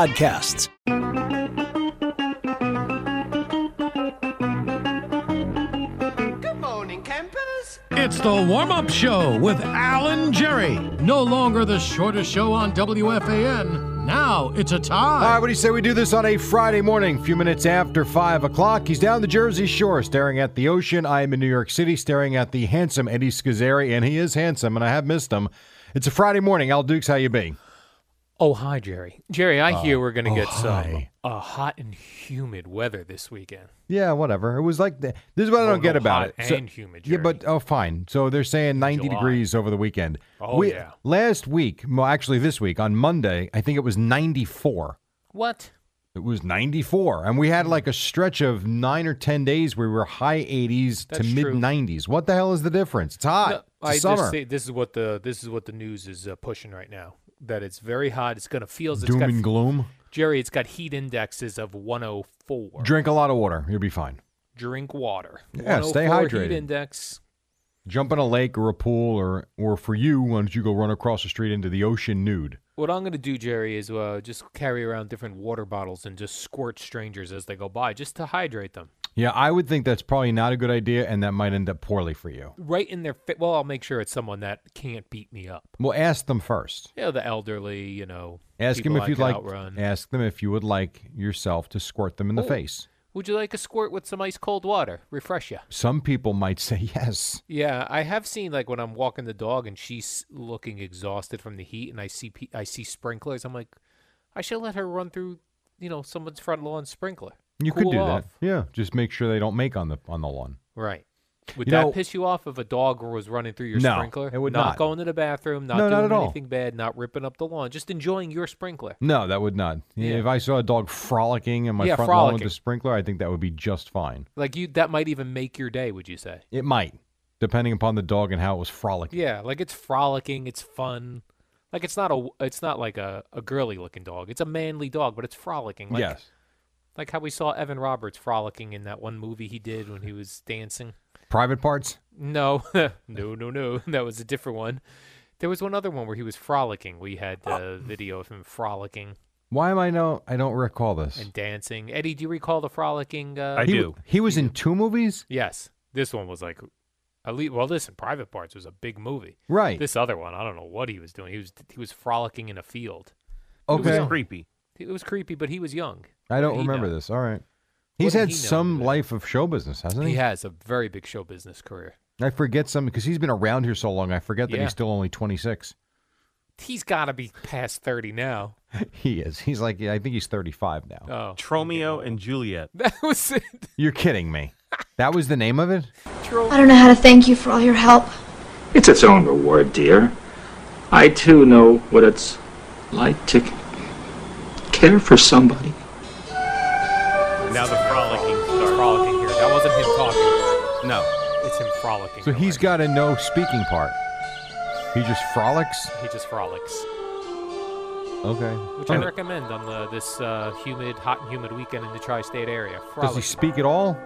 podcasts. Good morning, campers. It's the warm up show with Alan Jerry. No longer the shortest show on WFAN. Now it's a All right, tie. what do you say we do this on a Friday morning, few minutes after 5 o'clock? He's down the Jersey Shore staring at the ocean. I am in New York City staring at the handsome Eddie Scazzeri, and he is handsome, and I have missed him. It's a Friday morning. Al Dukes, how you be? Oh, hi, Jerry. Jerry, I hear we're going to get some Oh, hi. uh, hot and humid weather this weekend. Yeah, whatever. It was like, th- this is what I Well, don't get no, about hot it. So- and humid, Yeah, but, oh, fine. So they're saying 90 July. degrees over the weekend. Oh, yeah. Last week, well, actually this week, on Monday, I think it was 94. What? It was 94. And we had Hmm. like a stretch of nine or 10 days where we were high 80s That's to mid true. 90s. What the hell is the difference? It's hot. No, It's I summer. just say this is what the this is what the news is uh, pushing right now. That it's very hot. It's going to feel. It's Doom got, and gloom. Jerry, it's got heat indexes of 104. Drink a lot of water. You'll be fine. Drink water. Yeah, stay 104 hydrated. Heat index. Jump in a lake or a pool, or or for you, why don't you go run across the street into the ocean nude? What I'm going to do, Jerry, is uh, just carry around different water bottles and just squirt strangers as they go by, just to hydrate them. Yeah, I would think that's probably not a good idea, and that might end up poorly for you. Right in their fa- well, I'll make sure it's someone that can't beat me up. Well, ask them first. Yeah, the elderly, you know. Ask people them I if you'd can like. outrun. Ask them if you would like yourself to squirt them in the Oh. face. Would you like a squirt with some ice cold water? Refresh you. Some people might say yes. Yeah, I have seen like when I'm walking the dog and she's looking exhausted from the heat, and I see pe- I see sprinklers. I'm like, I should let her run through, you know, someone's front lawn sprinkler. You Cool could do off. that. Yeah, just make sure they don't make on the on the lawn. Right. Would You that know- piss you off if a dog was running through your No, sprinkler? it would not. going to the bathroom, not No, not doing at all. anything bad, not ripping up the lawn, just enjoying your sprinkler. No, that would not. Yeah. If I saw a dog frolicking in my Yeah, front lawn with frolicking. a sprinkler, I think that would be just fine. Like you, that might even make your day. Would you say? It might, depending upon the dog and how it was frolicking. Yeah, like it's frolicking, it's fun. Like it's not a it's not like a, a girly looking dog. It's a manly dog, but it's frolicking. Like, yes. Like how we saw Evan Roberts frolicking in that one movie he did when he was dancing. Private parts. No. no, no, no. That was a different one. There was one other one where he was frolicking. We had a video of him frolicking Why am I no? I don't recall this. and dancing. Eddie, do you recall the frolicking? Uh, he, w- He was in two movies. Yes. This one was like at least, well, this in Private Parts was a big movie. Right. This other one, I don't know what he was doing. He was he was frolicking in a field. okay. Creepy. It was creepy, but he was young. I don't he uh, remember know? this. All right. He's did had he know some about it? life of show business, hasn't he? He has a very big show business career. I forget some because he's been around here so long. I forget that Yeah. he's still only twenty six. He's got to be past 30 now. He is. He's like I think he's thirty five now. Oh. Tromeo and Juliet. That was it. You're kidding me. That was the name of it. I don't know how to thank you for all your help. It's its own reward, dear. I too know what it's like to c- care for somebody. Now the frolicking starts. Frolicking here. That wasn't him talking. No. It's him frolicking. So he's got a no speaking part. He just frolics. He just frolics, Okay. which I recommend on the, this uh, humid, hot and humid weekend in the tri-state area. Does he Frolic. speak at all?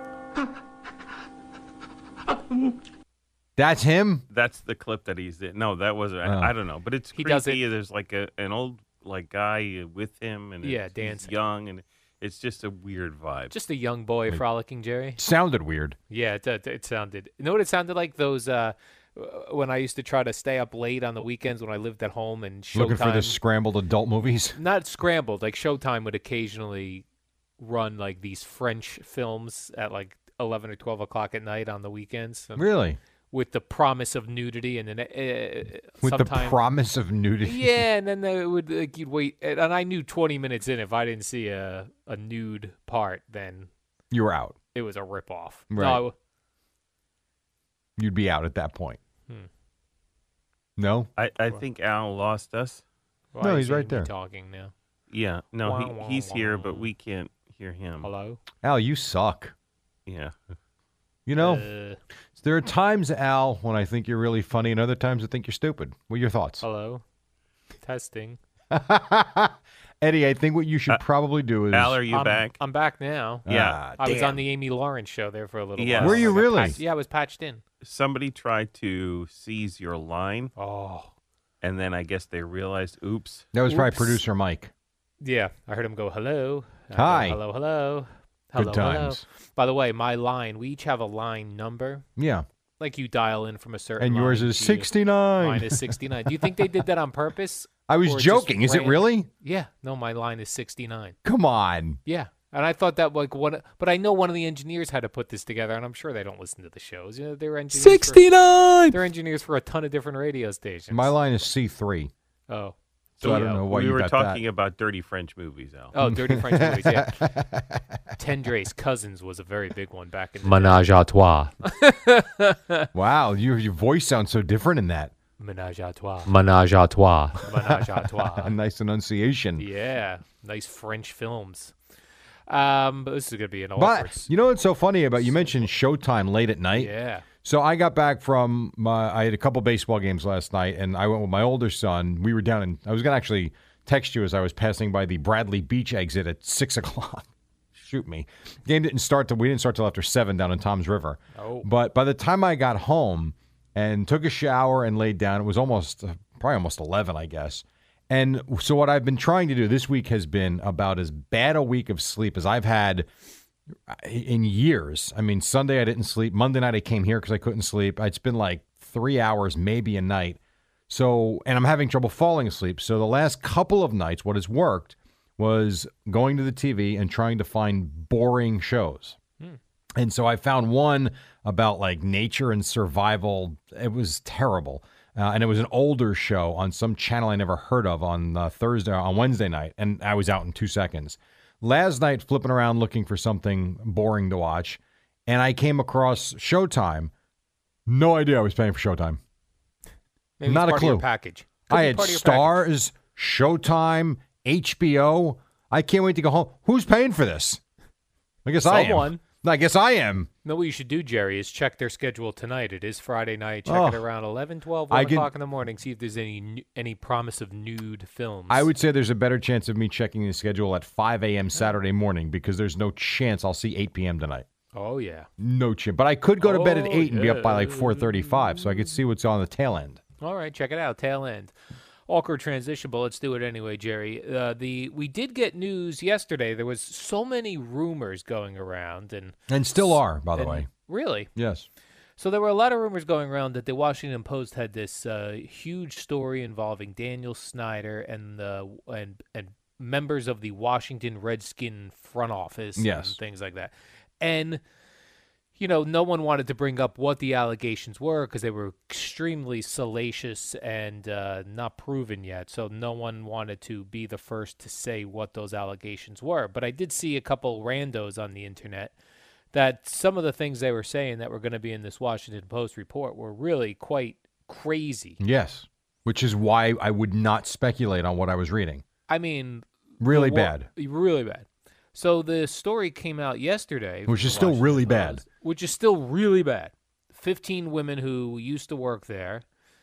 That's him. That's the clip that he's in. No, that wasn't. Oh. I, I don't know. But it's He creepy. does it- There's like a, an old like guy with him, and Yeah, it's- he's dancing. young, and it's just a weird vibe. Just a young boy frolicking, Jerry. Sounded weird. Yeah, it, it, it sounded. You know what it sounded like? Those uh, uh, when I used to try to stay up late on the weekends when I lived at home and Showtime. Looking for the scrambled adult movies. not scrambled. Like Showtime would occasionally run like these French films at like eleven or twelve o'clock at night on the weekends. um, Really? With the promise of nudity, and then uh, With the sometime- promise of nudity. yeah, and then they would like you'd wait, and and I knew twenty minutes in if I didn't see a a nude part, then You were out. it was a ripoff. Oh, Right. No, I- You'd be out at that point. Hmm. No? I, I think Al lost us. well, No, I he's shouldn't right be there. talking now. Yeah. No, Wah, wah, he, he's here, but wah. we can't hear him. Hello. Al, you suck. Yeah. You know, Uh, there are times, Al, when I think you're really funny and other times I think you're stupid. What are your thoughts? hello. Testing. Eddie, I think what you Uh, should probably do is. uh, Al, are you I'm, back? Ah, I'm back now. yeah. I was on the Amy Lawrence show there for a little Yeah. while. Were I you got really? patched- yeah, I was patched in. Somebody tried to seize your line, Oh. and then I guess they realized, oops. That was probably Whoops. producer Mike. Yeah, I heard him go, hello. I go, Hi. Hello, hello. Good Hello, times. hello. By the way, my line, we each have a line number. Yeah. Like you dial in from a certain And yours line is to- 69. Mine is 69. Do you think they did that on purpose? I or was just joking. Is it ran- really? Yeah. No, my line is 69. Come on. Yeah. And I thought that like one, but I know one of the engineers had to put this together, and I'm sure they don't listen to the shows. You know, they're engineers. for- 69. they're engineers for a ton of different radio stations. My line is C3. Oh. So I don't know why we you were got talking that. about dirty French movies, Al. Oh, Dirty French movies. Yeah. Tendrace Cousins was a very big one back in the Menage a trois. Wow, your, your voice sounds so different in that. Menage a trois. Menage a trois. Menage a A trois. nice enunciation. yeah. Nice French films. Um, but this is gonna be an awkward. But you know what's so funny about you mentioned Showtime late at night. yeah. So I got back from my I had a couple baseball games last night and I went with my older son. We were down in I was gonna actually text you as I was passing by the Bradley Beach exit at six o'clock. Shoot me. Game didn't start till we didn't start till after seven down in Tom's River. Oh. But by the time I got home and took a shower and laid down, it was almost probably almost eleven, I guess. And so what I've been trying to do this week has been about as bad a week of sleep as I've had in years. I mean, Sunday I didn't sleep. Monday night I came here because I couldn't sleep. It's been like three hours, maybe a night. So, and I'm having trouble falling asleep. So, the last couple of nights, what has worked was going to the TV and trying to find boring shows. And so I found one about like nature and survival. It was terrible. Uh, and it was an older show on some channel I never heard of on uh, Thursday, on Wednesday night. And I was out in two seconds. Last night, flipping around looking for something boring to watch. And I came across Showtime. No idea I was paying for Showtime. Maybe it's Not a part of your clue. package. Could I be had part of your package. Stars, Showtime, HBO. I can't wait to go home. Who's paying for this? I guess I am. Someone. I guess I am. No, what you should do, Jerry, is check their schedule tonight. It is Friday night. Check it Oh. around 11, 12, I 1 can- o'clock in the morning. See if there's any nu- any promise of nude films. I would say there's a better chance of me checking the schedule at 5 a.m. Saturday morning because there's no chance I'll see 8 p.m. tonight. Oh yeah. No chance. But I could go to bed at Oh, 8 and be up by like 4:35, so I could see what's on the tail end. All right, check it out. Tail end. Awkward transition, but let's do it anyway, Jerry. Uh, the we did get news yesterday. There was so many rumors going around, and And still are, by the and- way. really, Yes. so there were a lot of rumors going around that the Washington Post had this uh, huge story involving Daniel Snyder and the and and members of the Washington Redskin front office Yes. and things like that. And you know, no one wanted to bring up what the allegations were because they were extremely salacious and uh, not proven yet. So no one wanted to be the first to say what those allegations were. But I did see a couple randos on the internet that some of the things they were saying that were going to be in this Washington Post report were really quite crazy. Yes. Which is why I would not speculate on what I was reading. I mean, Really the wa- bad. really bad. So the story came out yesterday, Which from is the still Washington really bad. Post, Which is still really bad. Fifteen women who used to work there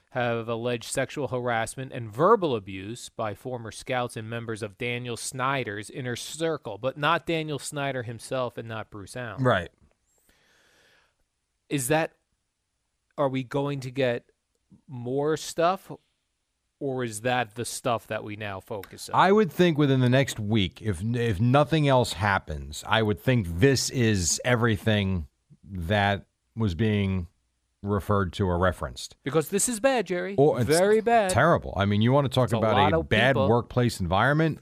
have alleged sexual harassment and verbal abuse by former scouts and members of Daniel Snyder's inner circle, but not Daniel Snyder himself and not Bruce Allen. Right. is that are we going to get more stuff or is that the stuff that we now focus on I would think within the next week, if if nothing else happens, I would think this is everything that was being referred to or referenced. Because this is bad, Jerry. Or it's Very bad. Terrible. I mean, you want to talk It's a about lot a, of bad people. workplace environment?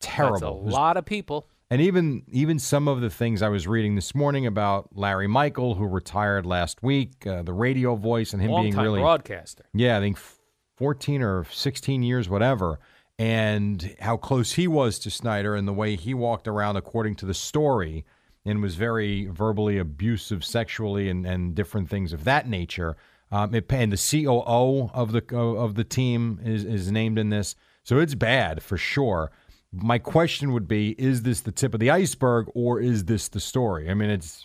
Terrible. That's a There's- lot of people. And even even some of the things I was reading this morning about Larry Michael, who retired last week, uh, the radio voice, and him being Long-time really broadcaster. yeah, I think f- 14 or 16 years, whatever, and how close he was to Snyder and the way he walked around, according to the story, and was very verbally abusive sexually and, and different things of that nature. Um, it, and the COO of the of the team is, is named in this, so it's bad for sure. My question would be: Is this the tip of the iceberg, or is this the story? I mean, it's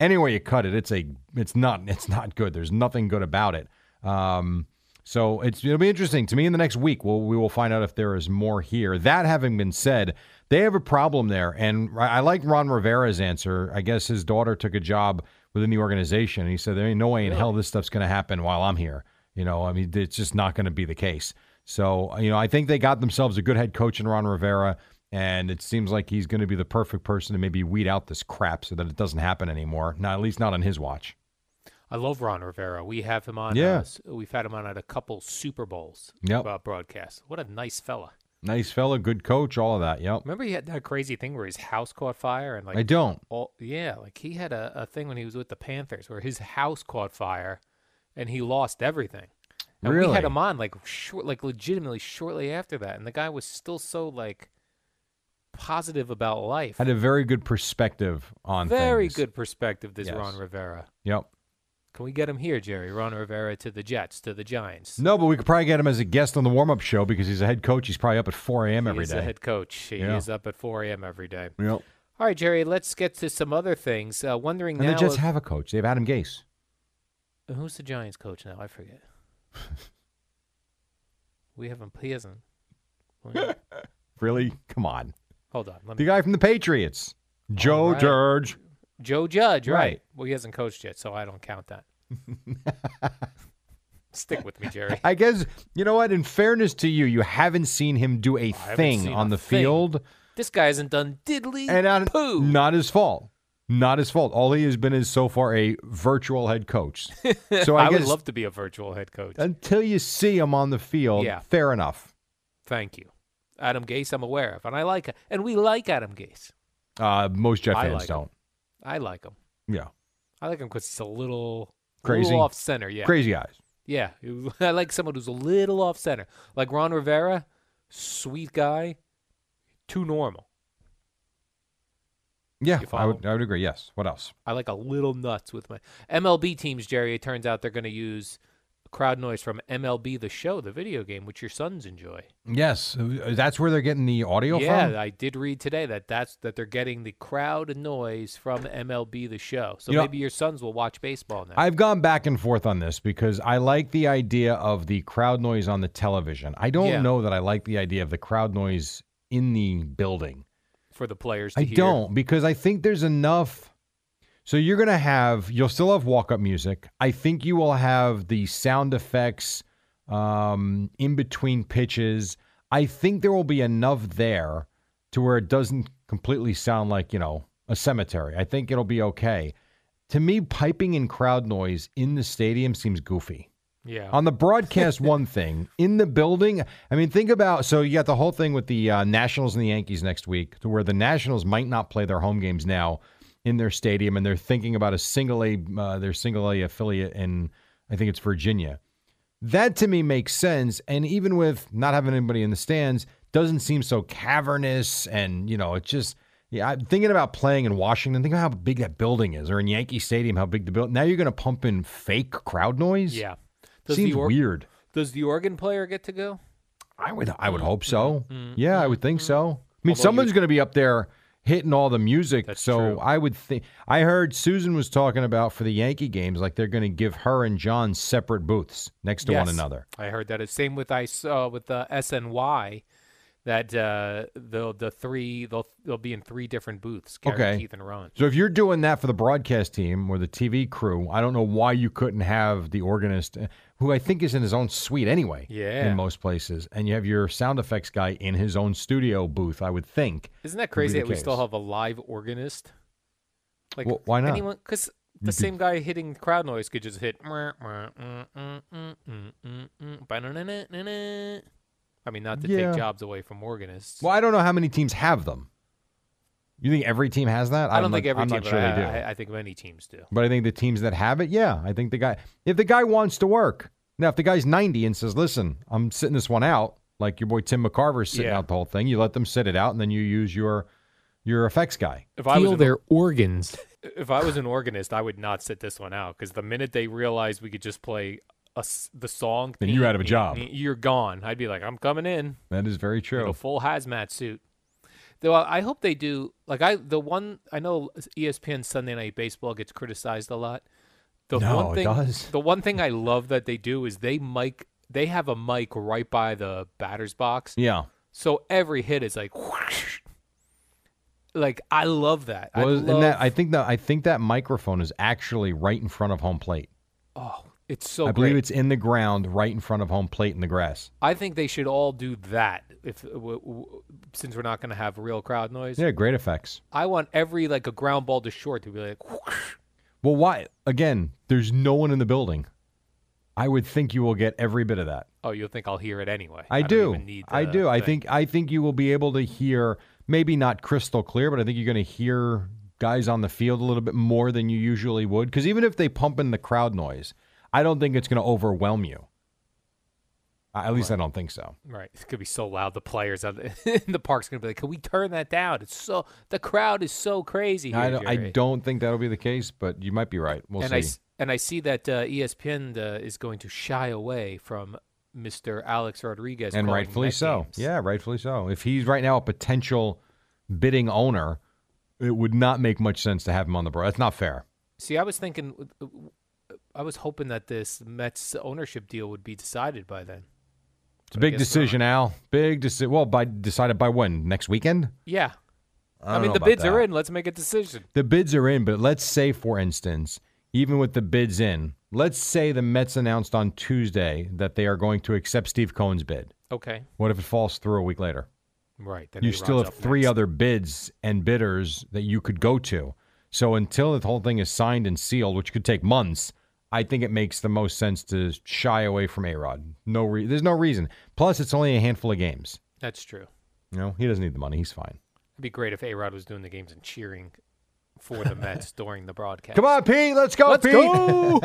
any way you cut it, it's a it's not it's not good. There's nothing good about it. Um, so it's it'll be interesting to me in the next week. We'll we will find out if there is more here. That having been said, they have a problem there, and I I like Ron Rivera's answer. I guess his daughter took a job within the organization, and he said there ain't no way in hell this stuff's going to happen while I'm here. You know, I mean, it's just not going to be the case. So you know, I think they got themselves a good head coach in Ron Rivera. And it seems like he's going to be the perfect person to maybe weed out this crap so that it doesn't happen anymore. Not at least not on his watch. I love Ron Rivera. We have him on. Yeah. uh, s- we've had him on at a couple Super Bowls Yep. uh, broadcasts. What a nice fella. Nice fella, good coach, all of that. Yep. Remember he had that crazy thing where his house caught fire and like I don't. All, yeah, like he had a, a thing when he was with the Panthers where his house caught fire and he lost everything. And we Really? had him on like short, like legitimately shortly after that, and the guy was still so like positive about life. Had a very good perspective on Very things. good perspective, this Yes. Ron Rivera. Yep. Can we get him here, Jerry? Ron Rivera to the Jets, to the Giants. No, but we could probably get him as a guest on the warm up show because he's a head coach. He's probably up at 4 a.m. every He's day. the head coach. He Yeah. is up at 4 a.m. every day. Yep. All right, Jerry. Let's get to some other things. Uh, wondering And now, they just if- have a coach. They have Adam Gase. who's the Giants coach now? I forget. we haven't. He hasn't. Well, Really? Come on. Hold on. Let The me, guy from the Patriots, Joe right. George. Joe Judge, right. Right. Well, he hasn't coached yet, so I don't count that. Stick with me, Jerry. I guess you know what. In fairness to you, you haven't seen him do a haven't thing seen on a the thing. field. This guy hasn't done diddly and not, poo. not his fault. Not his fault. All he has been is so far a virtual head coach. So I, I, guess would love to be a virtual head coach. until you see him on the field, Yeah. fair enough. Thank you, Adam Gase. I'm aware of, and I like, and we like Adam Gase. Uh, most Jet I fans like him. don't. I like him. Yeah, I like him because he's a little Crazy. little off center. Yeah, crazy guys. yeah. I like someone who's a little off center, like Ron Rivera, sweet guy, too normal. Yeah, I You follow? would. I would agree. Yes. What else? I like a little nuts with my MLB teams, Jerry. It turns out they're going to use crowd noise from MLB The Show, the video game, which your sons enjoy. Yes, uh, that's where they're getting the audio yeah, from. I did read today that that's that they're getting the crowd noise from MLB The Show. So You know- maybe your sons will watch baseball now. I've gone back and forth on this because I like the idea of the crowd noise on the television. I don't Yeah. know that I like the idea of the crowd noise in the building. for the players to I hear. don't because I think there's enough. So you're gonna have you'll still have walk up music. I think you will have the sound effects um, in between pitches. I think there will be enough there to where it doesn't completely sound like you know a cemetery. I think it'll be okay. To me, piping in crowd noise in the stadium seems goofy. Yeah. On the broadcast, one thing in the building. I mean, think about so you got the whole thing with the uh, Nationals and the Yankees next week, to where the Nationals might not play their home games now in their stadium, and they're thinking about a single A uh, their single A affiliate in I think it's Virginia. That to me makes sense, and even with not having anybody in the stands, doesn't seem so cavernous, and you know, it's just. Yeah, I'm thinking about playing in Washington. Think about how big that building is, or in Yankee Stadium, how big the building. Now you're going to pump in fake crowd noise. yeah. Seems the or- weird. Does the organ player get to go? I would I would hope so. Yeah, I would think so. I mean, Mm-hmm. Although you- someone's going to be up there hitting all the music, That's so true. I would think. I heard Susan was talking about for the Yankee games, like they're going to give her and John separate booths next to one Yes. another. I heard that. It's same with I saw with uh, SNY that uh, the the three they'll they'll be in three different booths. Gary, Okay. Keith, and Ron. So if you're doing that for the broadcast team or the TV crew, I don't know why you couldn't have the organist, uh, who I think is in his own suite anyway. Yeah. in most places, and you have your sound effects guy in his own studio booth. I would think. Isn't that Could be crazy the that we still case. have a live organist? Like Well, why not? Anyone? Because The same guy hitting crowd noise could just hit. mm, I mean, not to Yeah. take jobs away from organists. Well, I don't know how many teams have them. You think every team has that? I don't I'm think not- every I'm team. not sure I, they do. I, I think many teams do. But I think the teams that have it, yeah, I think the guy, if the guy wants to work, now if the guy's 90 and says, listen, I'm sitting this one out, like your boy Tim McCarver's sitting Yeah. out the whole thing, you let them sit it out and then you use your your effects guy. If I was an- organs. if I was an organist, I would not sit this one out because the minute they realized we could just play a s the song, Then you're out of a job. You're gone. I'd be like, I'm coming in. That is very in true. a full hazmat suit. Though uh, I I hope they do. Like I, the one I know, E ESPN Sunday Night Baseball gets criticized a lot. The No, one it thing, does. The one thing I love that they do is they mic. They have a mic right by the batter's box, Yeah. so every hit is like, whoosh. like I love that. I Well, love, and that I think that I think that microphone is actually right in front of home plate. oh, it's so. I believe great. it's in the ground, right in front of home plate in the grass. I think they should all do that if w- w- since we're not going to have real crowd noise. Yeah, great effects. I want every like a ground ball to short to be like. whoosh. Well, why? Again, there's no one in the building. I would think you will get every bit of that. Oh, you'll think I'll hear it anyway. I, don't do. even need I the do. I thing. think I think you will be able to hear maybe not crystal clear, but I think you're going to hear guys on the field a little bit more than you usually would because even if they pump in the crowd noise, I don't think it's going to overwhelm you. I- At least I don't think so. Right. It's going to be so loud. The players out in the park's going to be like, can we turn that down? It's so, the crowd is so crazy here. I don't, I Jerry." don't think that'll be the case, but you might be right. We'll and see. I, s- and I see that uh, ESPN uh, is going to shy away from Mr. Alex Rodriguez. and calling rightfully Met so. games. Yeah, rightfully so. If he's right now a potential bidding owner, it would not make much sense to have him on the board. That's not fair. See, I was thinking, uh, I was hoping that this Mets ownership deal would be decided by then. It's a But I big guess decision, eh? Al. Big decision. Well, by decided by when? Next weekend? Yeah. I, don't mean, know the about bids are that. in. Let's make a decision. The bids are in, but let's say, for instance, even with the bids in, let's say the Mets announced on Tuesday that they are going to accept Steve Cohen's bid. Okay. What if it falls through a week later? Right. Then you A-Rod's still have up three next. other bids and bidders that you could go to. So until the whole thing is signed and sealed, which could take months, I think it makes the most sense to shy away from A Rod. No, re- there's no reason. Plus, it's only a handful of games. That's true. You know, he doesn't need the money. He's fine. It'd be great if A Rod was doing the games and cheering for the Mets during the broadcast. Come on, Pete. Let's go, Let's Pete. go.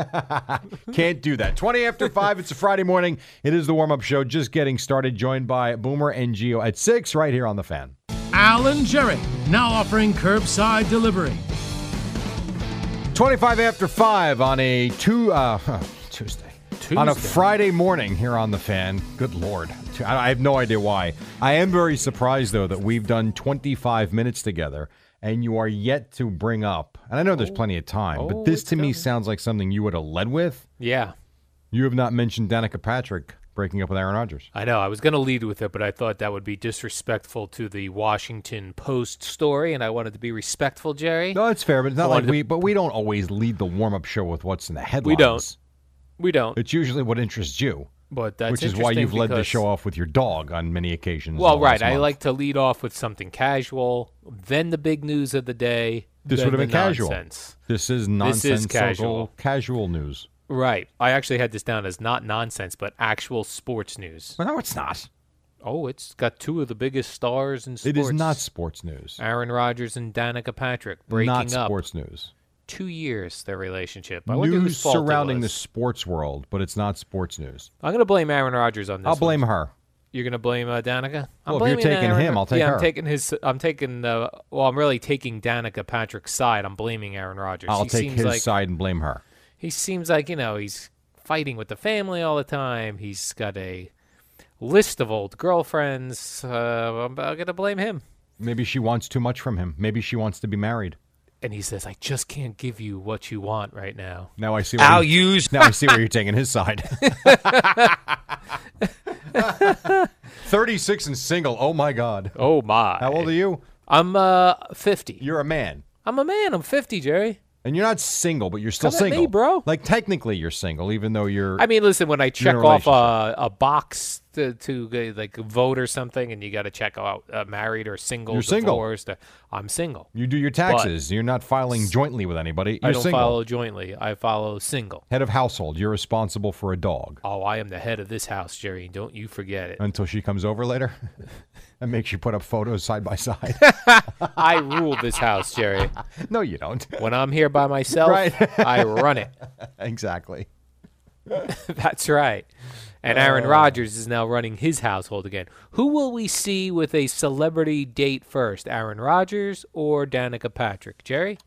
Can't do that. 20 after 5. It's a Friday morning. It is the warm up show. Just getting started. Joined by Boomer and Geo at 6 right here on The Fan. Alan Jerry, now offering curbside delivery. 25 after 5 on a two, uh, Tuesday. On a Tuesday. Friday morning here on The Fan. Good Lord. I I have no idea why. I am very surprised, though, that we've done 25 minutes together and you are yet to bring up, and I know there's plenty of time, Oh, but this it's to me coming. sounds like something you would have led with. Yeah, You have not mentioned Danica Patrick breaking up with Aaron Rodgers. I know. I was going to lead with it, but I thought that would be disrespectful to the Washington Post story, and I wanted to be respectful, Jerry. No, it's fair, but it's not like Wanted to- we. But we don't always lead the warm-up show with what's in the headlines. We don't. We don't. It's usually what interests you, But that's which is why interesting you've led the because- show off with your dog on many occasions. Well, in the last right. I month. like to lead off with something casual, then the big news of the day. this then would have been the casual. nonsense. This is This nonsense. is casual. casual news. Right. I actually had this down as not nonsense, but actual sports news. Well, no, it's not. Oh, it's got two of the biggest stars in sports. It is not sports news. Aaron Rodgers and Danica Patrick breaking not up. sports news. Two years their relationship. I wonder news whose fault it surrounding the was. sports world, but it's not sports news. I'm gonna blame Aaron Rodgers on this. I'll one. blame her. You're gonna blame uh, Danica. I'm Well, if you're blaming taking Aaron- him, I'll take yeah, her. I'm taking his. I'm taking. Uh, well, I'm really taking Danica Patrick's side. I'm blaming Aaron Rodgers. I'll he take seems his like, side and blame her. He seems like you know he's fighting with the family all the time. He's got a list of old girlfriends. Uh, I'm, I'm gonna blame him. Maybe she wants too much from him. Maybe she wants to be married. And he says, "I just can't give you what you want right now." Now I see. Where I'll use. Now I see where you're taking his side. Thirty-six and single. Oh my God. Oh my! How old are you? I'm uh 50. You're a man. I'm a man. I'm 50, Jerry. And you're not single, but you're still Come at me, single, bro. Like technically, you're single, even though you're. I mean, listen, when I check a off a, a box to, to uh, like vote or something, and you got to check out uh, married or single, You're single. divorced, uh, I'm single. you do your taxes. You're not filing jointly with anybody. You're I don't single. follow jointly. I follow single. Head of household. You're responsible for a dog Oh, I am the head of this house, Jerry. Don't you forget it. until she comes over later, and makes you put up photos side by side. I rule this house, Jerry. no, you don't. When I'm here by myself, Right. I run it. exactly. That's right. And Aaron Rodgers is now running his household again. Who will we see with a celebrity date first, Aaron Rodgers or Danica Patrick? Jerry?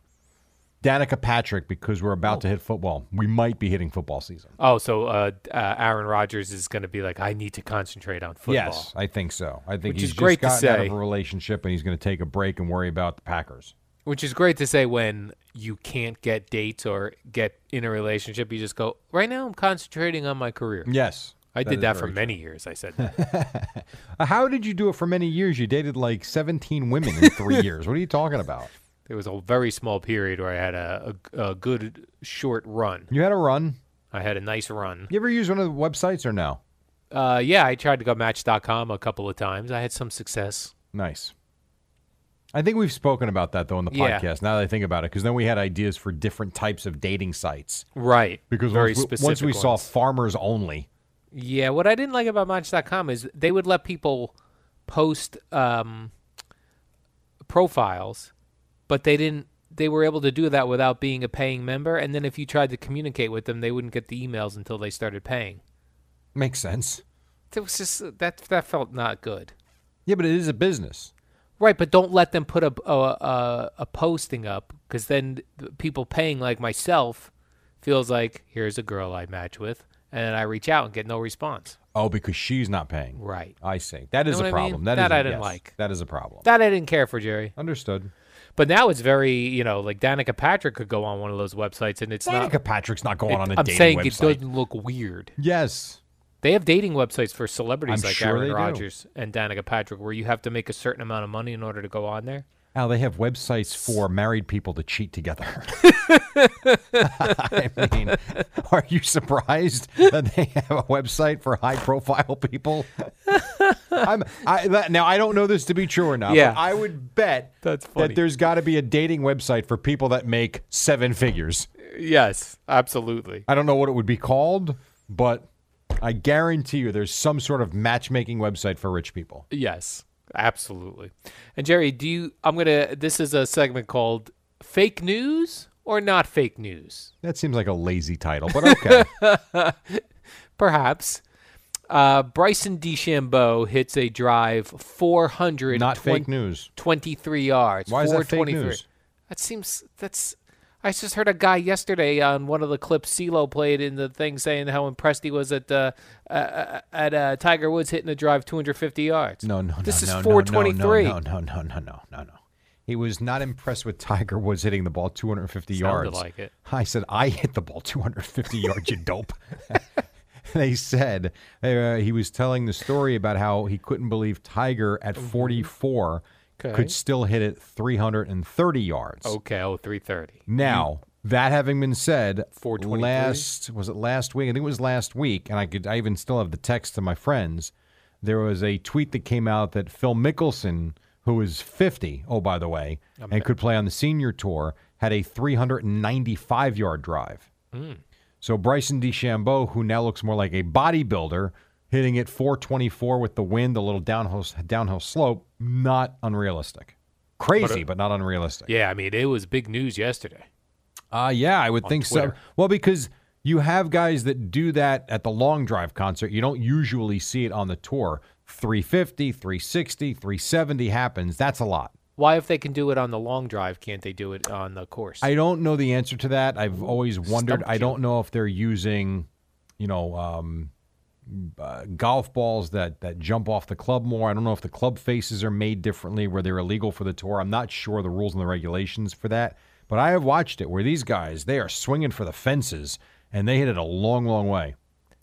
Danica Patrick, because we're about to hit football. We might be hitting football season. Oh, so uh, d- uh, Aaron Rodgers is going to be like, I need to concentrate on football. Yes, I think so. I think Which he's is great just to gotten out of say. a relationship and he's going to take a break and worry about the Packers. Which is great to say when you can't get dates or get in a relationship. You just go, right now I'm concentrating on my career. Yes, I did is that for very many years. I said that. Uh, How did you do it for many years? You dated like 17 women in three years. What are you talking about? there was a very small period where I had a, a, a good short run. You had a run. I had a nice run. You ever use one of the websites or no? Uh, yeah, I tried to go Match.com a couple of times. I had some success. Nice. I think we've spoken about that though on the Yeah. podcast. Now that I think about it, because then we had ideas for different types of dating sites. Right. Because very once we, specific. once we saw ones. farmers only, Yeah, what I didn't like about Match.com is they would let people post um, profiles, but they didn't. They were able to do that without being a paying member, and then if you tried to communicate with them, they wouldn't get the emails until they started paying. makes sense. It was just that that felt not good. Yeah, but it is a business. Right, but don't let them put a a, a, a posting up because then th- people paying like myself feels like here's a girl I match with, and then I reach out and get no response. Oh, because she's not paying. Right. I see. That Know is what I a mean? problem. That, That is a- I didn't yes, like. That is a problem. That I didn't care for, Jerry. Understood. But now it's very you know like Danica Patrick could go on one of those websites and it's Danica not. Patrick's not going it- on a I'm dating saying it website. doesn't look weird. yes. They have dating websites for celebrities I'm like sure they Aaron do. Rodgers and Danica Patrick, where you have to make a certain amount of money in order to go on there. Al, they have websites for married people to cheat together. I mean, are you surprised that they have a website for high-profile people? I'm I, that, now. I don't know this to be true or not. but Yeah. I would bet That's funny. that there's got to be a dating website for people that make seven figures. Yes, absolutely. I don't know what it would be called, but I guarantee you, there's some sort of matchmaking website for rich people. Yes, absolutely. And Jerry, do you? I'm gonna. This is a segment called "Fake News or Not Fake News," That seems like a lazy title, but okay. perhaps. Uh, Bryson DeChambeau hits a drive 400. not fake news. 23 yards. Why is that fake 423. news? That seems that's. I just heard a guy yesterday on one of the clips CeeLo played in the thing saying how impressed he was at uh, uh, at uh, Tiger Woods hitting a drive 250 yards. No, no, no. This is no, no, no, 423. No, no, no, no, no, no, no. He was not impressed with Tiger Woods hitting the ball 250 Sounded yards. like it. I said, I hit the ball 250 yards, you dope. they said uh, he was telling the story about how he couldn't believe Tiger at 44 Mm-hmm. Okay. could still hit it 330 yards. Okay, oh 330. Mm-hmm. Now, that having been said, 423? last was it last week? I think it was last week, and I could I even still have the text to my friends. There was a tweet that came out that Phil Mickelson, who is 50, oh by the way, and could play on the senior tour, had a 395 yard drive. So Bryson DeChambeau, who now looks more like a bodybuilder, hitting it 424 with the wind, a little downhill downhill slope, not unrealistic. Crazy, but not unrealistic. Yeah, I mean it was big news yesterday. Uh, yeah, I would think Twitter. so. Well, because you have guys that do that at the long drive concert. You don't usually see it on the tour. 350, 360, 370 happens. That's a lot. Why, if they can do it on the long drive, can't they do it on the course? I don't know the answer to that. I've always wondered. stumped I you. don't know if they're using, you know, um, uh, golf balls that that jump off the club more. I don't know if the club faces are made differently where they're illegal for the tour. I'm not sure the rules and the regulations for that. But I have watched it where these guys they are swinging for the fences and they hit it a long, long way.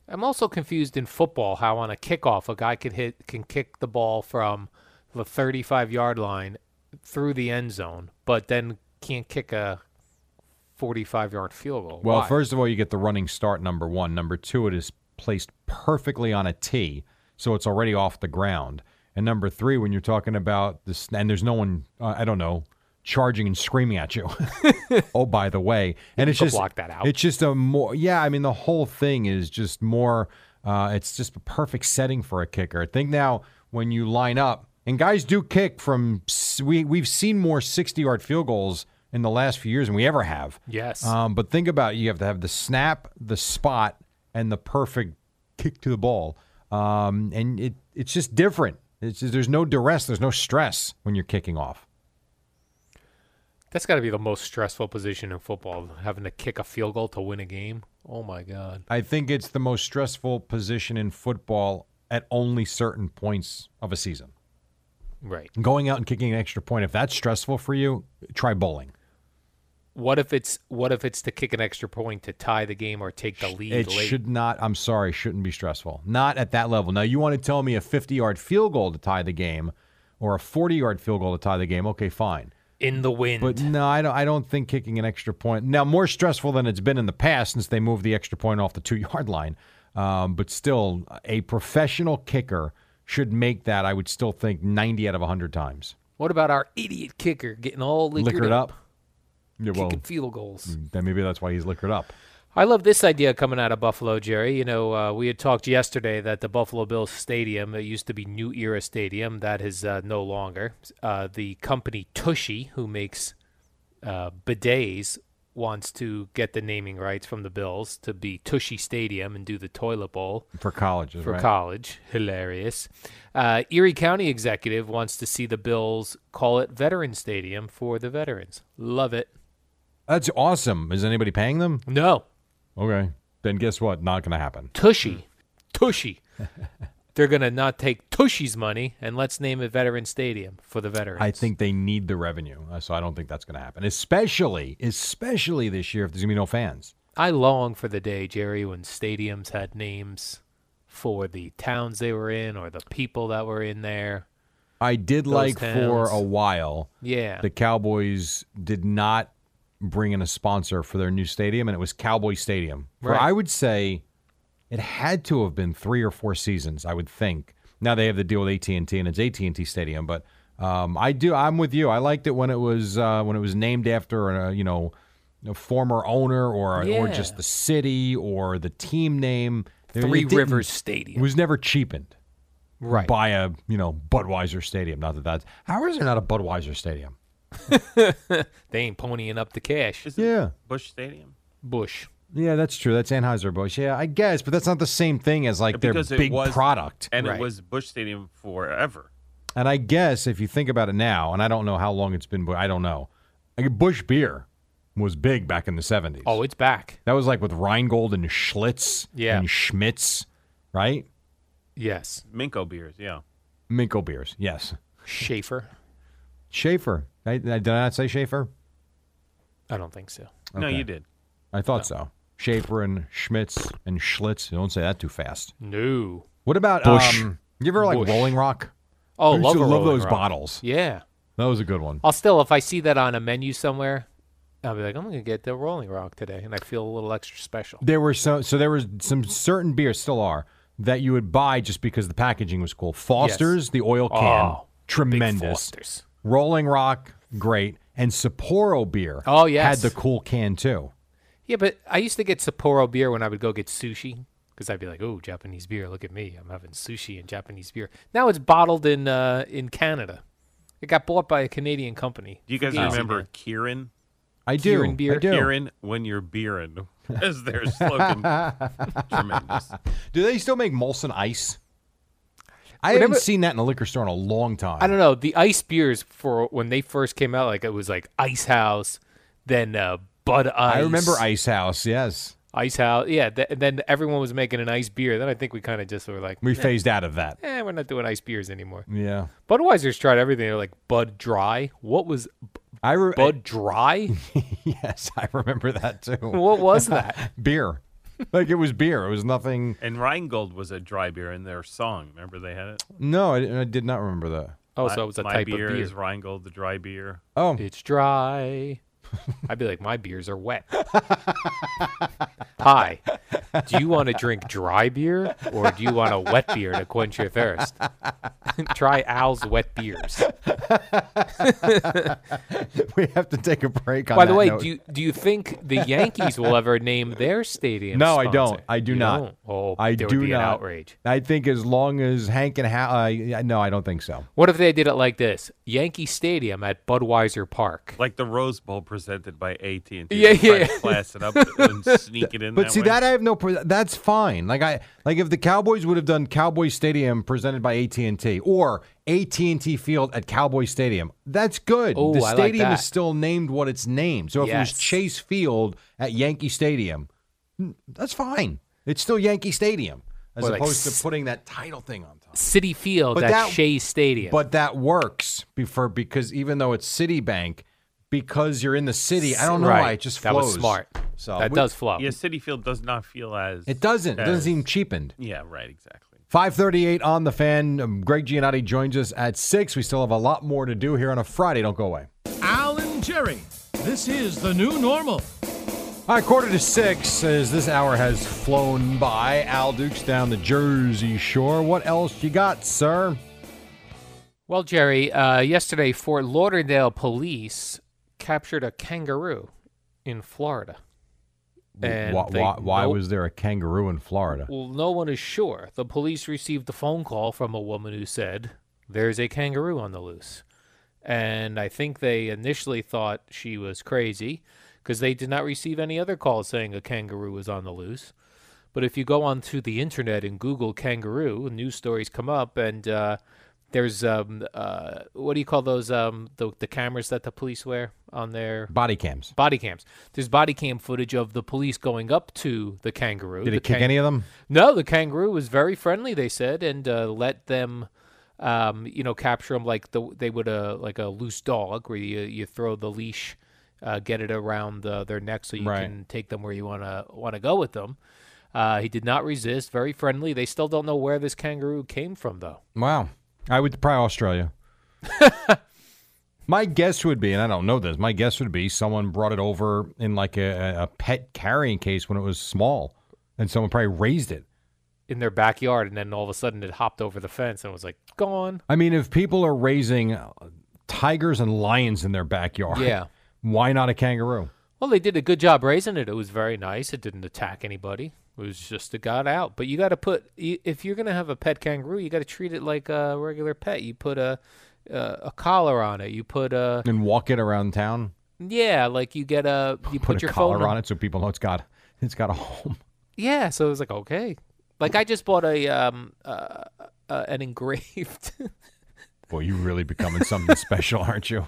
I'm also confused in football how on a kickoff a guy could hit can kick the ball from the 35 yard line through the end zone, but then can't kick a 45 yard field goal. Well, Why? first of all, you get the running start, number one. Number two, it is placed perfectly on a tee, so it's already off the ground. And number three, when you're talking about this, and there's no one, uh, I don't know, charging and screaming at you. oh, by the way. And it's could just, block that out. it's just a more, yeah, I mean, the whole thing is just more, uh, it's just a perfect setting for a kicker. I think now when you line up, and guys do kick from, s- we, we've seen more 60 yard field goals in the last few years than we ever have. yes. Um, but think about it. you have to have the snap, the spot, and the perfect kick to the ball. Um, and it it's just different. It's just- there's no duress, there's no stress when you're kicking off. That's got to be the most stressful position in football, having to kick a field goal to win a game. Oh my god. I think it's the most stressful position in football at only certain points of a season. Right. Going out and kicking an extra point, if that's stressful for you, try bowling. What if it's what if it's to kick an extra point to tie the game or take the lead It late? should not, I'm sorry, shouldn't be stressful. Not at that level. Now, you want to tell me a 50 yard field goal to tie the game or a 40 yard field goal to tie the game. Okay, fine. in the wind. But no, I don't. I don't think kicking an extra point now more stressful than it's been in the past since they moved the extra point off the two yard line. Um, but still, a professional kicker should make that. I would still think ninety out of hundred times. what about our idiot kicker getting all liquored, Liquor it up. Yeah, well, mm. kicking field goals? then maybe that's why he's liquored up. I love this idea coming out of Buffalo, Jerry. You know, uh, we had talked yesterday that the Buffalo Bills Stadium, that used to be New Era Stadium, that is uh, no longer. Uh, the company Tushy, who makes uh, bidets, wants to get the naming rights from the Bills to be Tushy Stadium and do the toilet bowl For colleges, for right? college. Hilarious. Uh, Erie County executive wants to see the Bills call it Veteran Stadium for the veterans. Love it. That's awesome. Is anybody paying them? No, Okay, then guess what? Not going to happen. Tushy. Tushy. They're going to not take Tushy's money and let's name a veteran stadium for the veterans. I think they need the revenue, uh, so I don't think that's going to happen. Especially, especially this year if there's going to be no fans. I long for the day, Jerry, when stadiums had names for the towns they were in or the people that were in there. I did Those like for towns. a while. Yeah. the Cowboys did not bring in a sponsor for their new stadium, and it was Cowboy Stadium. For Right. I would say it had to have been three or four seasons. I would think. Now they have the deal with AT and T, and it's AT and T Stadium. But um, I do. I'm with you. I liked it when it was uh, when it was named after a you know a former owner or or Yeah. just the city or the team name. There- it Three didn't- Rivers It Stadium. was never cheapened right. by a you know Budweiser Stadium. Not that that's how is there not a Budweiser Stadium? they ain't ponying up the cash. Is Yeah. it Bush Stadium? Bush. Yeah, that's true. That's Anheuser Busch. Yeah, I guess, but that's not the same thing as like their Because it big was- product. And Right. it was Bush Stadium forever. And I guess if you think about it now, and I don't know how long it's been, but I don't know. Like Bush beer was big back in the seventies. Oh, it's back. that was like with Rheingold and Schlitz Yeah. and Schmitz, right? Yes. Minko beers, yeah. Minko beers, yes. Schaefer. Schaefer. I, I- did I not say Schaefer? I don't think so. No, Okay. you did. I thought so. Schaefer and Schmitz and Schlitz. Don't say that too fast. No. What about Bush. um? You ever like Bush. Rolling Rock? Oh, I used love, to a love Rolling those Rock. bottles. Yeah. That was a good one. I'll still, if I see that on a menu somewhere, I'll be like, I'm gonna get the Rolling Rock today, and I feel a little extra special. There were some, so there was some certain beers still are that you would buy just because the packaging was cool. Foster's, the oil can, Oh, Big tremendous. Fosters. Rolling Rock, great, and Sapporo beer. Oh, yes. had the cool can too. Yeah, but I used to get Sapporo beer when I would go get sushi because I'd be like, "Oh, Japanese beer! Look at me, I'm having sushi and Japanese beer." Now it's bottled in uh, in Canada. It got bought by a Canadian company. Do you guys Easy, remember man. Kieran? I do. Kieran beer. I do. Kieran when you're beerin' as their slogan. Tremendous. Do they still make Molson Ice? I Whenever- haven't seen that in a liquor store in a long time. I don't know. The ice beers for when they first came out, like it was like Ice House, then uh, Bud Ice. I remember Ice House. Yes, Ice House. Yeah, th- and then everyone was making an ice beer. Then I think we kind of just were like, we phased out of that. eh, we're not doing ice beers anymore. Yeah, Budweiser's tried everything. They're like Bud Dry. What was B- I re- Bud Dry? yes, I remember that too. what was that? beer, like it was beer. It was nothing. And Rheingold was a dry beer in their song. Remember they had it? No, I, I did not remember that. Oh, My- so it was a my type beer of beer. is Rheingold, the dry beer. Oh, It's dry. I'd be like, my beers are wet. Hi, do you want to drink dry beer or do you want a wet beer to quench your thirst? Try Al's wet beers. we have to take a break. On By the that way, note. do you, do you think the Yankees will ever name their stadium? No, I sponsor? don't. I do You not. don't? Oh, I there do would be not. An outrage. I think as long as Hank and Hal, uh, yeah, no, I don't think so. What if they did it like this? Yankee Stadium at Budweiser Park. Like the Rose Bowl presented by AT and T. Yeah, yeah. Class it up and sneak it in. But that see, way. that I have no. Pre- that's fine. Like I, like if the Cowboys would have done Cowboy Stadium presented by AT and T or AT and T Field at Cowboy Stadium, that's good. Ooh, I the like stadium that. is still named what it's named. So if it Yes. was Chase Field at Yankee Stadium, mm, that's fine. It's still Yankee Stadium as Or like opposed s- to putting that title thing on top. City Field But at that- Shea Stadium. But that works before because even though it's Citibank, because you're in the city, I don't know right. why it just that flows. was smart. So that uh, we- does flow. yeah, City Field does not feel as It doesn't. It doesn't as- seem cheapened. Yeah, right. Exactly. 538 on the fan. Um, Greg Giannotti joins us at 6. We still have a lot more to do here on a Friday. Don't go away. Al and Jerry, this is the new normal. All right, quarter to 6 as this hour has flown by. Al Dukes down the Jersey Shore. What else you got, sir? Well, Jerry, uh, yesterday Fort Lauderdale police captured a kangaroo in Florida. And why they- why, why no- was there a kangaroo in Florida? Well, no one is sure. The police received a phone call from a woman who said, There's a kangaroo on the loose. And I think they initially thought she was crazy because they did not receive any other calls saying a kangaroo was on the loose. But if you go onto the internet and Google kangaroo, news stories come up, and uh, there's um, uh, what do you call those um, the, the cameras that the police wear on their Body cams. body cams? There's body cam footage of the police going up to the kangaroo. Did the it kick kang- any of them? no, the kangaroo was very friendly. They said and uh, let them, um, you know, capture him like the they would a like a loose dog where you you throw the leash, uh, get it around uh, their neck so you Right. can take them where you wanna wanna go with them. Uh, he did not resist. Very friendly. They still don't know where this kangaroo came from though. Wow. I would probably Australia. my guess would be, and I don't know this, my guess would be someone brought it over in like a, a pet carrying case when it was small, and someone probably raised it. In their backyard, and then all of a sudden it hopped over the fence and was like gone. I mean, if people are raising uh, tigers and lions in their backyard, Yeah. why not a kangaroo? Well, they did a good job raising it. It was very nice. It didn't attack anybody. It was just it got out. But you got to put y- if you're gonna have a pet kangaroo, you got to treat it like a regular pet. You put a uh, a collar on it. You put a And walk it around town, yeah, like you get a you put, put, your a collar phone on it so people know it's got it's got a home. Yeah, so it was like okay. Like I just bought a um uh, uh an engraved. Boy, you really becoming something special, aren't you?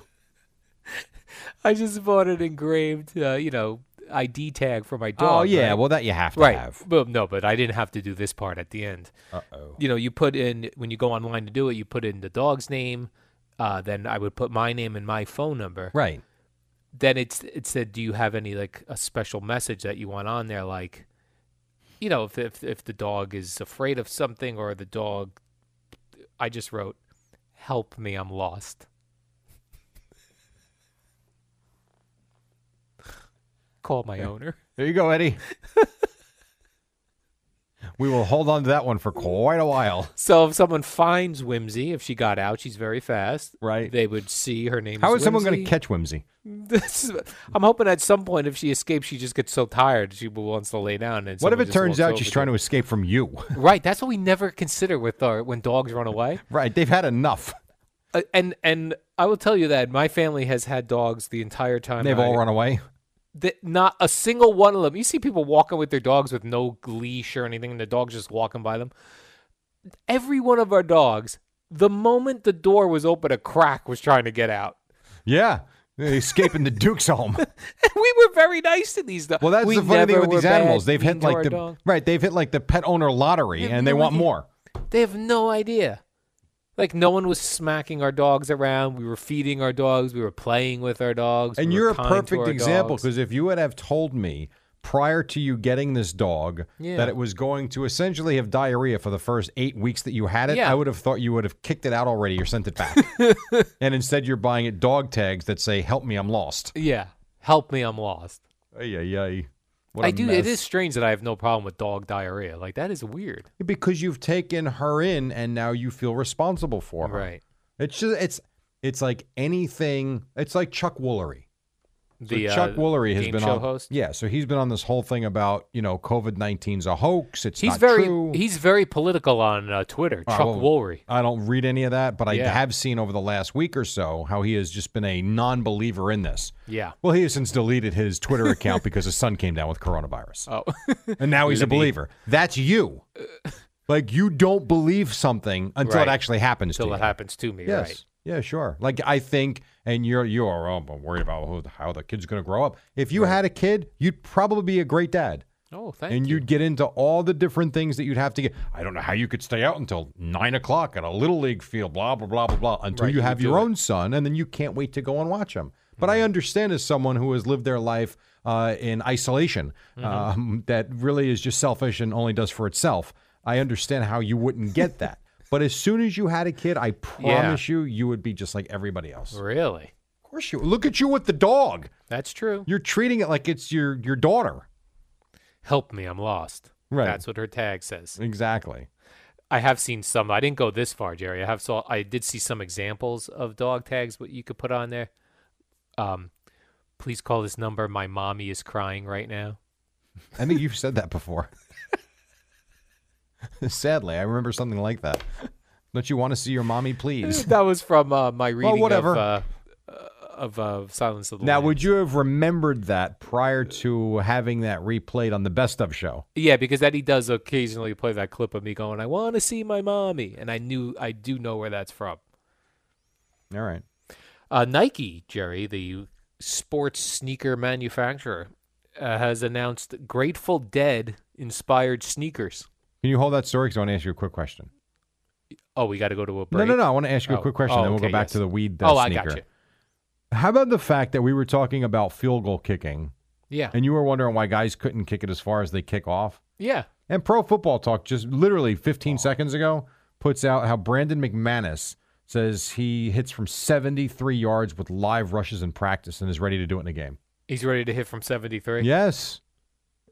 I just bought an engraved uh, you know ID tag for my dog. oh yeah, right? well that you have to right. have. Well, no, but I didn't have to do this part at the end. Uh oh. you know, you put in when you go online to do it, you put in the dog's name. Uh, then I would put my name and my phone number. Right. Then it's it said, do you have any like a special message that you want on there? Like, you know, if if if the dog is afraid of something or the dog, I just wrote, "Help me, I'm lost." Call my owner. There you go, Eddie. we will hold on to that one for quite a while. So if someone finds Whimsy, if she got out, she's very fast. Right. They would see her name. How is someone going Whimsy. to catch Whimsy? This is, I'm hoping at some point, if she escapes, she just gets so tired she wants to lay down. And What if someone it just turns walks out over she's trying to her? escape from you? Right, that's what we never consider with our when dogs run away. right, they've had enough. Uh, and and I will tell you that my family has had dogs the entire time. They've I- all run away. th- not a single one of them. You see people walking with their dogs with no leash or anything, and the dog's just walking by them. Every one of our dogs, the moment the door was open, a crack was trying to get out. Yeah, they're escaping the Duke's home. we were very nice to these dogs. Well, that's we the funny thing never with were these bad animals. They've hit mean to like our the dog. right. They've hit like the pet owner lottery, They've and they no e want idea. more. They have no idea. Like no one was smacking our dogs around. We were feeding our dogs. We were playing with our dogs. And we were you're a kind to perfect our example dogs. because if you would have told me prior to you getting this dog Yeah. that it was going to essentially have diarrhea for the first eight weeks that you had it, Yeah. I would have thought you would have kicked it out already or sent it back. and instead, you're buying it dog tags that say, Help me, I'm lost. yeah, Help me, I'm lost. Yeah, yeah. I do. It is strange that I have no problem with dog diarrhea. Like that is weird. because you've taken her in, and now you feel responsible for her. Right. It's just it's it's like anything. It's like Chuck Woolery. So The Chuck uh, Woolery has game been show on. host. Yeah, so he's been on this whole thing about you know COVID 19s a hoax. It's He's not very true. he's very political on uh, Twitter. All right, Chuck well, Woolery. I don't read any of that, but I Yeah. have seen over the last week or so how he has just been a non-believer in this. Yeah. Well, he has since deleted his Twitter account because his son came down with coronavirus. Oh. And now he's a Libby. believer. That's you. Like you don't believe something until Right. it actually happens to Until you. it happens to me. Yes. Right. Yeah, sure. Like I think, and you're you are um, worried about who, how the kid's going to grow up. If you had a kid, you'd probably be a great dad, Oh, thank and you. would get into all the different things that you'd have to get. I don't know how you could stay out until nine o'clock at a little league field, blah blah blah blah blah, until Right, you you have do your it. Mm-hmm. own son, and then you can't wait to go and watch him. But I understand as someone who has lived their life uh, in isolation, Mm-hmm. um, that really is just selfish and only does for itself. I understand how you wouldn't get that. But as soon as you had a kid, I promise you, you would be just like everybody else. Of Really? course you. Look at you with the dog. That's true. You're treating it like it's your your daughter. Help me, I'm lost. Right. That's what her tag says. Exactly. I have seen some. I didn't go this far, Jerry. I have saw. I did see some examples of dog tags what you could put on there. Um, please call this number. My mommy is crying right now. I think you've said that before. Sadly, I remember something like that. Don't you want to see your mommy, please? that was from uh, my reading whatever. of uh, of uh, Silence of the Now, Lambs. would you have remembered that prior to having that replayed on the Best of show? Yeah, because that he does occasionally play that clip of me going, "I want to see my mommy," and I knew I do know where that's from. All right. Uh, Nike, Jerry, the sports sneaker manufacturer, uh, has announced Grateful Dead inspired sneakers. Can you hold that story? Because I want to ask you a quick question. Oh, we got to go to a break. No, no, no. I want to ask you a Oh, quick question, oh, then we'll okay, go back yes. to the weed. Uh, Oh, I sneaker. got you. How about the fact that we were talking about field goal kicking Yeah, and you were wondering why guys couldn't kick it as far as they kick off? yeah. And Pro Football Talk just literally 15 seconds ago puts out how Brandon McManus says he hits from 73 yards with live rushes in practice and is ready to do it in a game. He's ready to hit from seventy three. Yes.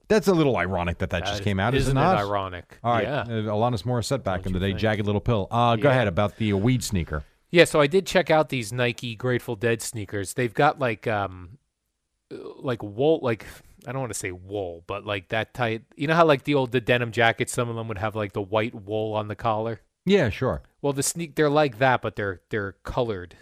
That's a little ironic that that, just came out, Isn't isn't, it it? ironic? All right. Yeah. Uh, Alanis Morissette back in the you day, think? Jagged Little Pill. Uh, Go Yeah. ahead about the weed sneaker. Yeah, so I did check out these Nike Grateful Dead sneakers. They've got like um like wool like I don't want to say wool, but like that tight. You know how like the old the denim jackets some of them would have like the white wool on the collar? Yeah, sure. Well, the sneak they're like that, but they're they're colored.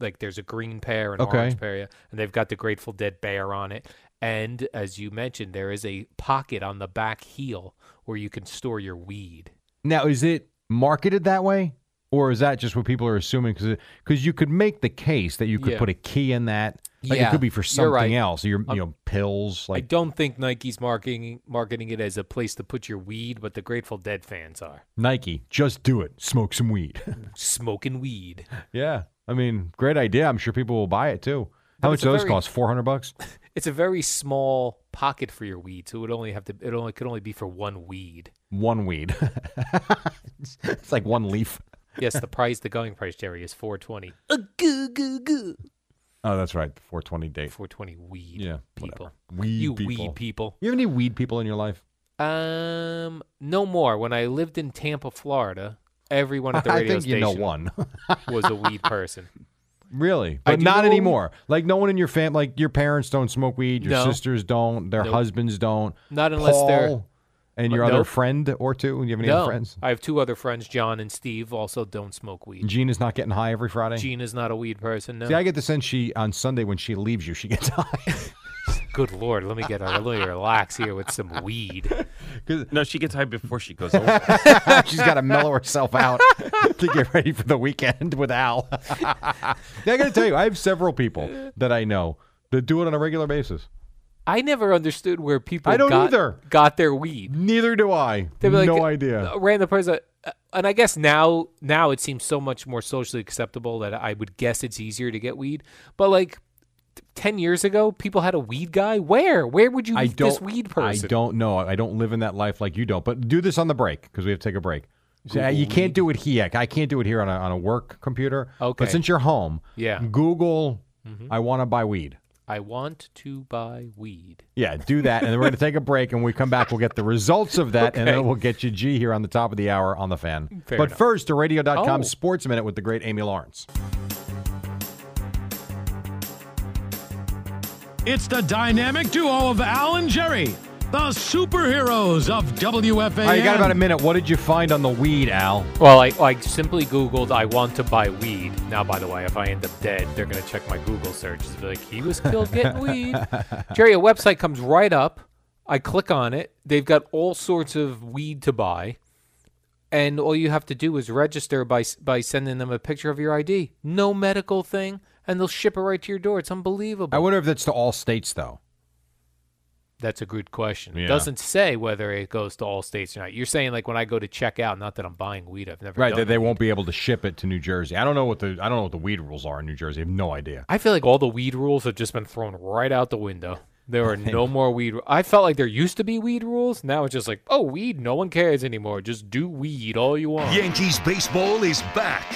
Like there's a green pair and Okay. orange pair, yeah, and they've got the Grateful Dead bear on it. And as you mentioned, there is a pocket on the back heel where you can store your weed. Now, is it marketed that way? Or is that just what people are assuming? Because you could make the case that you could Yeah. put a key in that. Like Yeah, it could be for you're something right. else. Your I'm- you know pills. I Like don't think Nike's marketing marketing it as a place to put your weed, but the Grateful Dead fans are Nike, just do it. Smoke some weed. smoking weed. yeah, I mean, great idea. I'm sure people will buy it too. But How much it's do a those very- cost? Four hundred bucks. It's a very small pocket for your weed, so it would only have to it only could only be for one weed. One weed. it's like one leaf. Yes, the price, the going price, Jerry, is four twenty. Oh, that's right. The four twenty date. Four twenty weed. Yeah, people. whatever. Weed you people. weed people. You have any weed people in your life? Um, no more. When I lived in Tampa, Florida, everyone at the I radio think you station know one. was a weed person. really, I but do not know- anymore. Like no one in your fam. Like your parents don't smoke weed. Your No. sisters don't. Their Nope. husbands don't. Not unless they're Paul and your other Nope. friend or two. You have any no. other friends? I have two other friends, John and Steve, also don't smoke weed. Gene is not getting high every Friday. Gene is not a weed person. No. See, I get the sense she on Sunday when she leaves you, she gets high. Good lord, let me get a little relax here with some weed. No, she gets high before she goes over. She's got to mellow herself out to get ready for the weekend with Al. Now, I got to tell you, I have several people that I know that do it on a regular basis. I never understood where people I don't got, either. got their weed. Neither do I. They'd be like, no idea. "Uh, Random person, uh, and I guess now now it seems so much more socially acceptable that I would guess it's easier to get weed. But like t- ten years ago, people had a weed guy. Where where would you I meet don't. this weed person? I don't know. I don't live in that life like you don't. But do this on the break because we have to take a break. So, uh, you can't do it here. I can't do it here on a, on a work computer. Okay. But since you're home, Yeah. Mm-hmm. Google. I want to buy weed. I want to buy weed. Yeah, do that, and then we're going to take a break. And when we come back, we'll get the results of that, and Okay. then we'll get you G here on the top of the hour on the fan. Fair but enough. first, a radio.com Oh. Sports Minute with the great Amy Lawrence. It's the dynamic duo of Al and Jerry, the superheroes of WFAN. All right, you got about a minute. What did you find on the weed, Al? Well, I, I simply Googled, I want to buy weed. Now, by the way, if I end up dead, they're going to check my Google search. It's like, he was killed getting weed. Jerry, a website comes right up. I click on it. They've got all sorts of weed to buy. And all you have to do is register by, s- by sending them a picture of your ID. No medical thing. And they'll ship it right to your door. It's unbelievable. I wonder if that's to all states, though. That's a good question. Yeah. It doesn't say whether it goes to all states or not. You're saying like when I go to check out, not that I'm buying weed, I've never Right, done that it. they won't be able to ship it to New Jersey. I don't know what the I don't know what the weed rules are in New Jersey. I have no idea. I feel like all the weed rules have just been thrown right out the window. There are no more weed. ru- I felt like there used to be weed rules. Now it's just like, oh, weed, no one cares anymore. Just do weed all you want. Yankees baseball is back.